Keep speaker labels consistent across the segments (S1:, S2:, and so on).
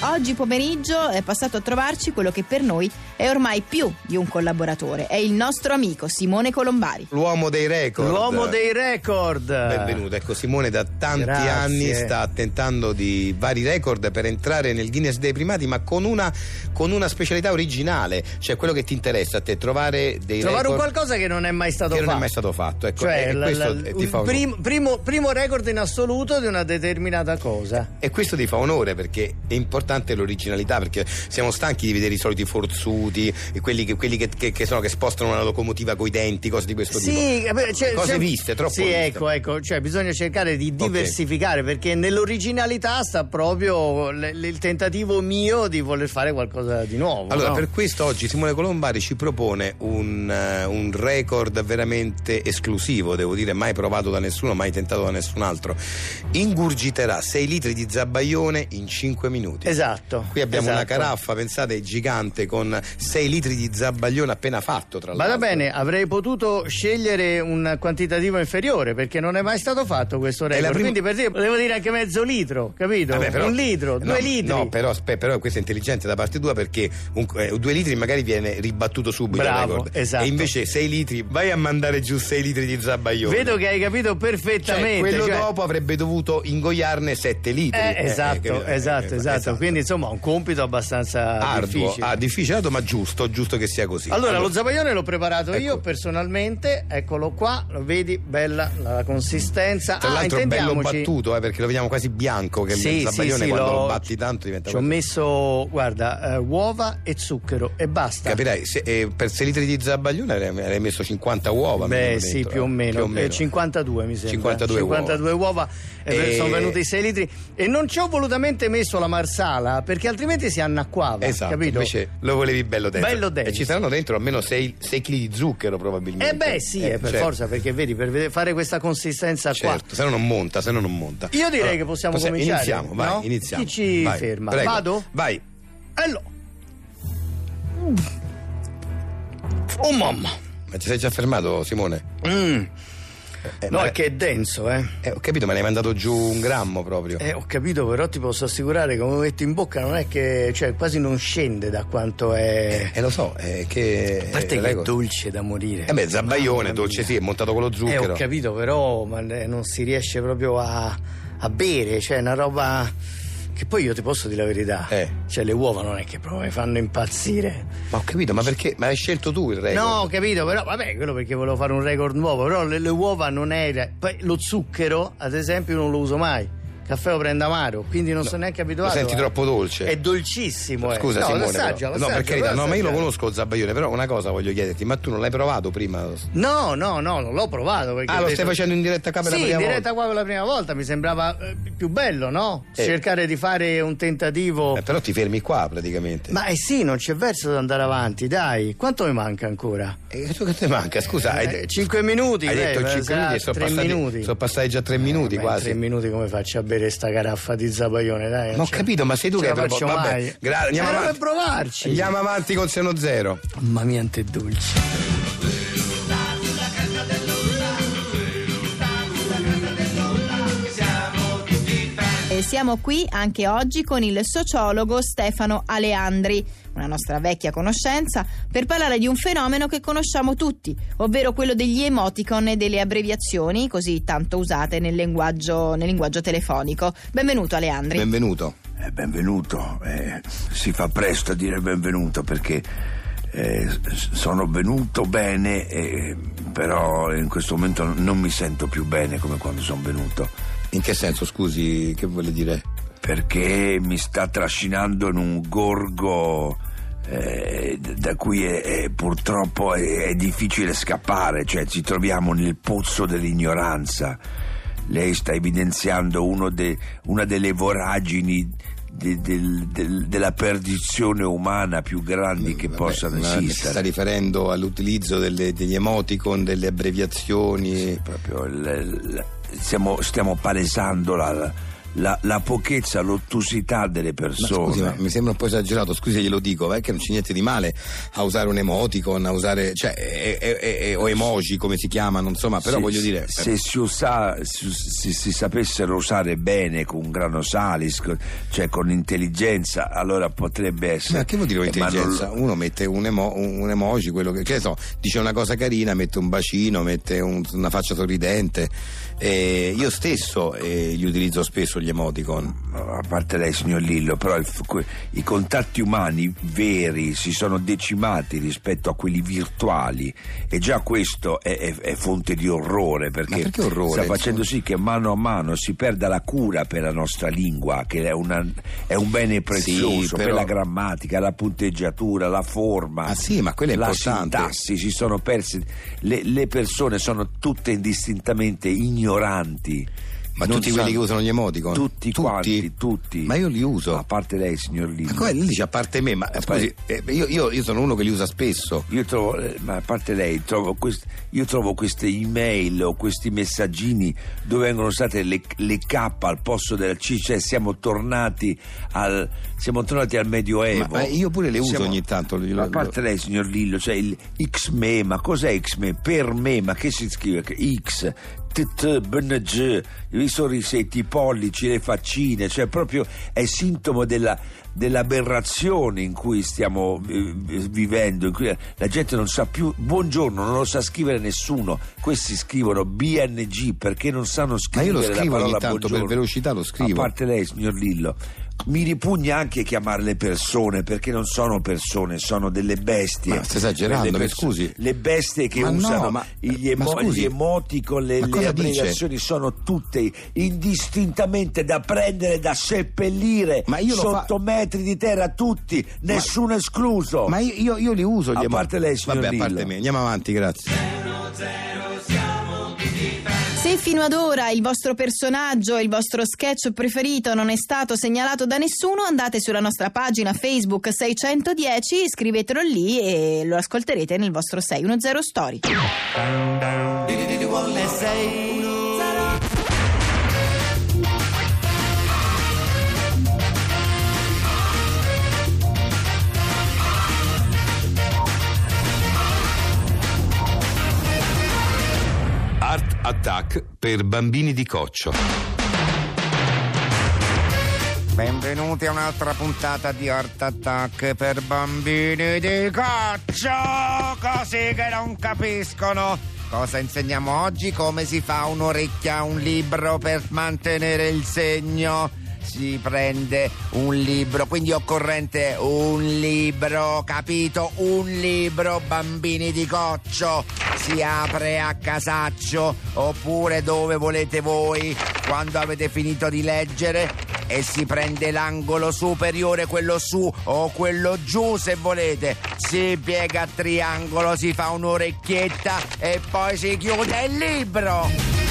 S1: Oggi pomeriggio è passato a trovarci quello che per noi è ormai più di un collaboratore, è il nostro amico Simone Colombari.
S2: L'uomo dei record.
S3: L'uomo dei record.
S2: Benvenuto, ecco Simone da tanti
S3: Grazie.
S2: anni sta tentando di vari record per entrare nel Guinness dei primati, ma con una, con una specialità originale, cioè quello che ti interessa a te, trovare dei
S3: Trovare un
S2: record
S3: qualcosa che non è mai stato
S2: che
S3: fatto.
S2: non è mai stato fatto. Ecco,
S3: Cioè,
S2: e
S3: la-
S2: questo
S3: la-
S2: eh, ti
S3: il
S2: fa onore.
S3: prim- primo, primo record in assoluto di una determinata cosa.
S2: E questo ti fa onore perché è importante l'originalità, perché siamo stanchi di vedere i soliti forzuti, e quelli, che, quelli che- che- che sono, che spostano una locomotiva coi denti, cose di questo tipo.
S3: Sì, eh, beh, c'è-
S2: Cose
S3: c'è-
S2: viste, troppo
S3: Sì,
S2: viste.
S3: ecco, ecco, cioè bisogna cercare di diversificare perché nell'originalità sta proprio l- l- il tentativo mio di voler fare qualcosa di nuovo.
S2: Allora,
S3: no?
S2: per questo oggi Simone Colombari ci propone un, eh, un record veramente esclusivo, devo dire, mai provato da nessuno, mai tentato da nessun altro. Ingurgiterà 6 litri di zabaione in 5 minuti.
S3: Esatto.
S2: Qui abbiamo una
S3: esatto.
S2: caraffa, pensate, gigante con 6 litri di zabbaglione appena fatto, tra l'altro.
S3: Vada bene, avrei potuto scegliere un quantitativo inferiore perché non è mai stato fatto questo
S2: la
S3: record.
S2: prima-
S3: Quindi per dire, potevo dire anche mezzo litro, capito?
S2: Vabbè, Eh però-
S3: un litro, due
S2: no,
S3: litri.
S2: No, però, aspe- però questo è intelligente da parte tua perché un- eh, due litri magari viene ribattuto subito. il
S3: Bravo,
S2: record.
S3: esatto.
S2: E invece 6 litri, vai a mandare giù 6 litri di zabbaglione.
S3: Vedo che hai capito
S2: Cioè,
S3: perfettamente.
S2: quello
S3: cioè-
S2: dopo avrebbe dovuto ingoiarne 7 litri.
S3: Eh,
S2: Eh,
S3: esatto,
S2: eh, capito? Eh,
S3: esatto,
S2: eh,
S3: esatto. Quindi insomma un compito abbastanza
S2: Arduo,
S3: difficile.
S2: ah, difficilato, ma giusto, giusto che sia così.
S3: Allora, lo zabaglione l'ho preparato
S2: Ecco.
S3: io personalmente, eccolo qua, lo vedi, bella la consistenza.
S2: Tra
S3: Ah,
S2: l'altro è bello
S3: intendiamoci-
S2: battuto, eh, perché lo vediamo quasi bianco, che
S3: Sì,
S2: il
S3: sì,
S2: zabaglione
S3: sì,
S2: quando lo... batti tanto diventa...
S3: Ci ho
S2: quasi-
S3: messo, guarda, eh, uova e zucchero e basta.
S2: Capirai, se- eh, per 6 litri di zabbaglione avrei messo 50 uova.
S3: Beh,
S2: almeno
S3: sì,
S2: dentro,
S3: più o
S2: eh,
S3: meno, Eh, 52 mi sembra.
S2: 52 uova.
S3: 52 uova, eh,
S2: E-
S3: sono venuti 6 litri e non ci ho volutamente messo la marsala perché altrimenti si annacquava,
S2: Esatto,
S3: capito?
S2: invece lo volevi bello dentro.
S3: Bello dentro.
S2: E ci saranno dentro almeno 6 kg di zucchero probabilmente.
S3: Eh beh sì, eh, per
S2: certo.
S3: forza, perché vedi, per vede- fare questa consistenza
S2: Certo, se no non monta, se no non monta.
S3: Io direi
S2: Allora,
S3: che possiamo
S2: possi-
S3: cominciare,
S2: Iniziamo, vai,
S3: no?
S2: iniziamo.
S3: Chi ci
S2: Vai,
S3: ferma?
S2: prego.
S3: Vado?
S2: Vai.
S3: qua. Allora. Mm. Oh mamma.
S2: Ma ti sei già fermato, Simone?
S3: Mm.
S2: Eh,
S3: No,
S2: ma-
S3: è che è denso, eh.
S2: eh, ho capito, ma ne hai mandato giù un grammo proprio.
S3: Eh, ho capito, però ti posso assicurare che come metto in bocca non è che, cioè, quasi non scende da quanto è.
S2: Eh, lo so, eh, che.
S3: A parte che è
S2: leggo-
S3: dolce da morire.
S2: Eh beh, zabaione,
S3: Mamma
S2: dolce
S3: mia.
S2: sì, è montato con lo
S3: Eh, ho
S2: zucchero.
S3: capito, però ma eh, non si riesce proprio a, a bere, cioè, è una roba. Che poi io ti posso dire la verità.
S2: Eh.
S3: Cioè, le uova non è che proprio mi fanno impazzire.
S2: ma ho capito, ma perché? Ma hai scelto tu il record?
S3: No, ho capito, però vabbè, quello perché volevo fare un record nuovo, però le, le uova non era. Poi lo zucchero, ad esempio, non lo uso mai. Il caffè lo prendo amaro, quindi non sono neanche
S2: Lo
S3: abituato. eh.
S2: senti
S3: a-
S2: troppo dolce.
S3: È dolcissimo, eh.
S2: Scusa
S3: no,
S2: Simone, però.
S3: l'assaggia,
S2: no
S3: l'assaggia,
S2: per carità,
S3: però
S2: no, ma io lo
S3: assaggia.
S2: conosco il zabaione, però una cosa voglio chiederti, ma tu non l'hai provato prima?
S3: No, no, no, non l'ho provato. perché
S2: Ah,
S3: ho
S2: lo
S3: detto-
S2: stai facendo in diretta qua per la
S3: sì,
S2: prima
S3: in diretta qua per la prima volta mi sembrava eh, più bello, no?
S2: Eh.
S3: Cercare di fare un tentativo.
S2: volta? Eh, però ti fermi qua praticamente.
S3: Ma eh sì, non c'è verso di andare avanti, dai. Quanto mi manca ancora?
S2: E tu che te manca? Scusa, hai,
S3: Eh, cinque minuti,
S2: hai
S3: beh,
S2: detto 5
S3: sarà
S2: minuti e sono
S3: tre
S2: passati,
S3: minuti.
S2: sono passati già 3 minuti
S3: Eh, ma in
S2: quasi.
S3: Tre minuti come faccio a bere sta caraffa di zabaione, dai.
S2: Ma ho
S3: ce la-
S2: capito, ma sei tu
S3: ce
S2: che hai
S3: la faccio
S2: proposto.
S3: mai.
S2: Vabbè, gra- andiamo
S3: Eh, era
S2: avanti.
S3: per provarci.
S2: Andiamo avanti con Seno Zero.
S3: Mamma mia, quanto è dolce.
S1: E siamo qui anche oggi con il sociologo Stefano Aleandri, una nostra vecchia conoscenza, per parlare di un fenomeno che conosciamo tutti, ovvero quello degli emoticon e delle abbreviazioni così tanto usate nel linguaggio, nel linguaggio telefonico. Benvenuto Aleandri.
S2: Benvenuto.
S4: Eh, benvenuto, eh, si fa presto a dire benvenuto perché eh, s- sono venuto bene, eh, però in questo momento non mi sento più bene come quando sono venuto,
S2: In che senso, scusi, che vuole dire?
S4: perché mi sta trascinando in un gorgo eh, d- da cui è- è purtroppo è, è difficile scappare, cioè ci troviamo nel pozzo dell'ignoranza. Lei sta evidenziando uno de- una delle voragini de- del- del- della perdizione umana più grandi che
S2: Vabbè,
S4: possano
S2: ma Si sta
S4: esistere.
S2: riferendo all'utilizzo delle- degli emoticon, delle abbreviazioni.
S4: Proprio il- il- stiamo, stiamo palesando la, la, la pochezza, l'ottusità delle
S2: Ma
S4: persone.
S2: scusi, ma mi sembra un po' esagerato, scusi, glielo dico, ma è che non c'è niente di male a usare un emoticon, a usare, cioè, e- e- e- e- o emoji come si chiamano, insomma, però
S4: Se-
S2: voglio dire. eh,
S4: se si, usa- si- si- si sapessero usare bene con grano salis co- cioè con intelligenza allora potrebbe essere
S2: Ma che vuol dire con
S4: Eh, ma non-
S2: intelligenza? Uno mette un, emo- un- un emoji, quello che, che ne so, dice una cosa carina, mette un bacino, mette un- una faccia sorridente. Eh, io stesso eh, li utilizzo spesso gli emoticon.
S4: a parte lei signor Lillo però il- que- i contatti umani veri si sono decimati rispetto a quelli virtuali e già questo è, è- è fonte di orrore perché,
S2: Ma perché orrore,
S4: sta
S2: insomma?
S4: facendo sì che mano a mano si perda la cura per la nostra lingua che è, una- è un bene prezioso per
S2: però-
S4: la grammatica la punteggiatura la forma
S2: Ah sì, ma quello è
S4: la
S2: importante.
S4: sintassi si sono persi le, le persone sono tutte indistintamente ignoranti
S2: Ma
S4: Non
S2: tutti quelli
S4: sanno-
S2: che usano gli emoticon?
S4: tutti, quanti tutti
S2: Ma io li uso.
S4: a parte lei signor Lillo
S2: Ma come lì dice a parte me, ma scusi, eh, io- io- io sono uno che li usa spesso.
S4: io trovo, eh, ma a parte lei, trovo quest- io trovo queste email o questi messaggini dove vengono usate le, le K al posto della C, cioè siamo tornati al, siamo tornati al Medioevo.
S2: Ma- ma io pure le uso ogni tanto, lo-
S4: Ma a parte lei, signor Lillo, cioè il X-me, ma cos'è X-me? Per me, ma che si scrive? Che X, TT, BNG, i sorrisetti, i pollici, le faccine, cioè proprio è sintomo della- dell'aberrazione in cui stiamo eh, vivendo, in cui la gente non sa più, buongiorno, non lo sa scrivere nessuno, questi scrivono BNG perché non sanno
S2: Ma
S4: scrivere
S2: io lo
S4: la
S2: scrivo
S4: parola
S2: ogni tanto, per
S4: buongiorno.
S2: velocità lo scrivo.
S4: A parte lei, signor Lillo, mi ripugna anche chiamare le persone perché non sono persone, sono delle bestie.
S2: Ma stai esagerando,
S4: Quelle
S2: mi
S4: perso-
S2: scusi.
S4: Le bestie che
S2: Ma no,
S4: usano
S2: ma-
S4: gli,
S2: ma
S4: emo-
S2: scusi.
S4: gli emoticon, le,
S2: Ma
S4: le
S2: cosa dice?
S4: abbreviazioni sono tutte indistintamente da prendere, da seppellire
S2: Ma io lo fa-
S4: sotto metri di terra tutti, nessuno escluso.
S2: Ma io, io- io li uso gli
S4: A
S2: emoticon.
S4: parte lei, signor
S2: Vabbè, a parte
S4: Lillo.
S2: me, andiamo avanti, grazie.
S1: Se fino ad ora il vostro personaggio, il vostro sketch preferito non è stato segnalato da nessuno, andate sulla nostra pagina Facebook 610, scrivetelo lì e lo ascolterete nel vostro 610 Story.
S2: Art Attack per bambini di coccio.
S5: Benvenuti a un'altra puntata di Art Attack per bambini di caccia, così che non capiscono. Cosa insegniamo oggi? Come si fa un'orecchia a un libro per mantenere il segno? Si prende un libro, quindi occorrente un libro, capito? Un libro, bambini di coccio. Si apre a casaccio oppure dove volete voi quando avete finito di leggere e si prende l'angolo superiore, quello su o quello giù se volete. Si piega a triangolo, si fa un'orecchietta e poi si chiude il libro.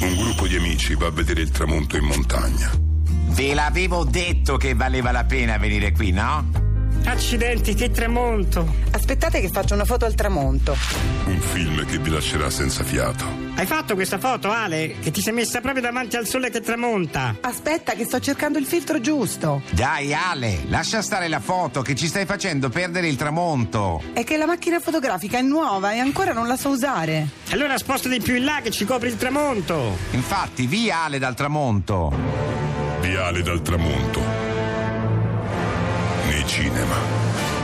S6: Un gruppo di amici va a vedere il tramonto in montagna.
S7: Ve l'avevo detto che valeva la pena venire qui, no?
S8: Accidenti, che tramonto!
S9: Aspettate che faccio una foto al tramonto.
S6: Un film che vi lascerà senza fiato.
S8: Hai fatto questa foto, Ale? Che ti sei messa proprio davanti al sole che tramonta!
S9: Aspetta che sto cercando il filtro giusto.
S7: Dai Ale, lascia stare la foto che ci stai facendo perdere il tramonto.
S9: È che la macchina fotografica è nuova e ancora non la so usare.
S8: Allora spostati più in là che ci copri il tramonto!
S7: Infatti, via Ale dal tramonto.
S6: Viale dal tramonto. Nei cinema.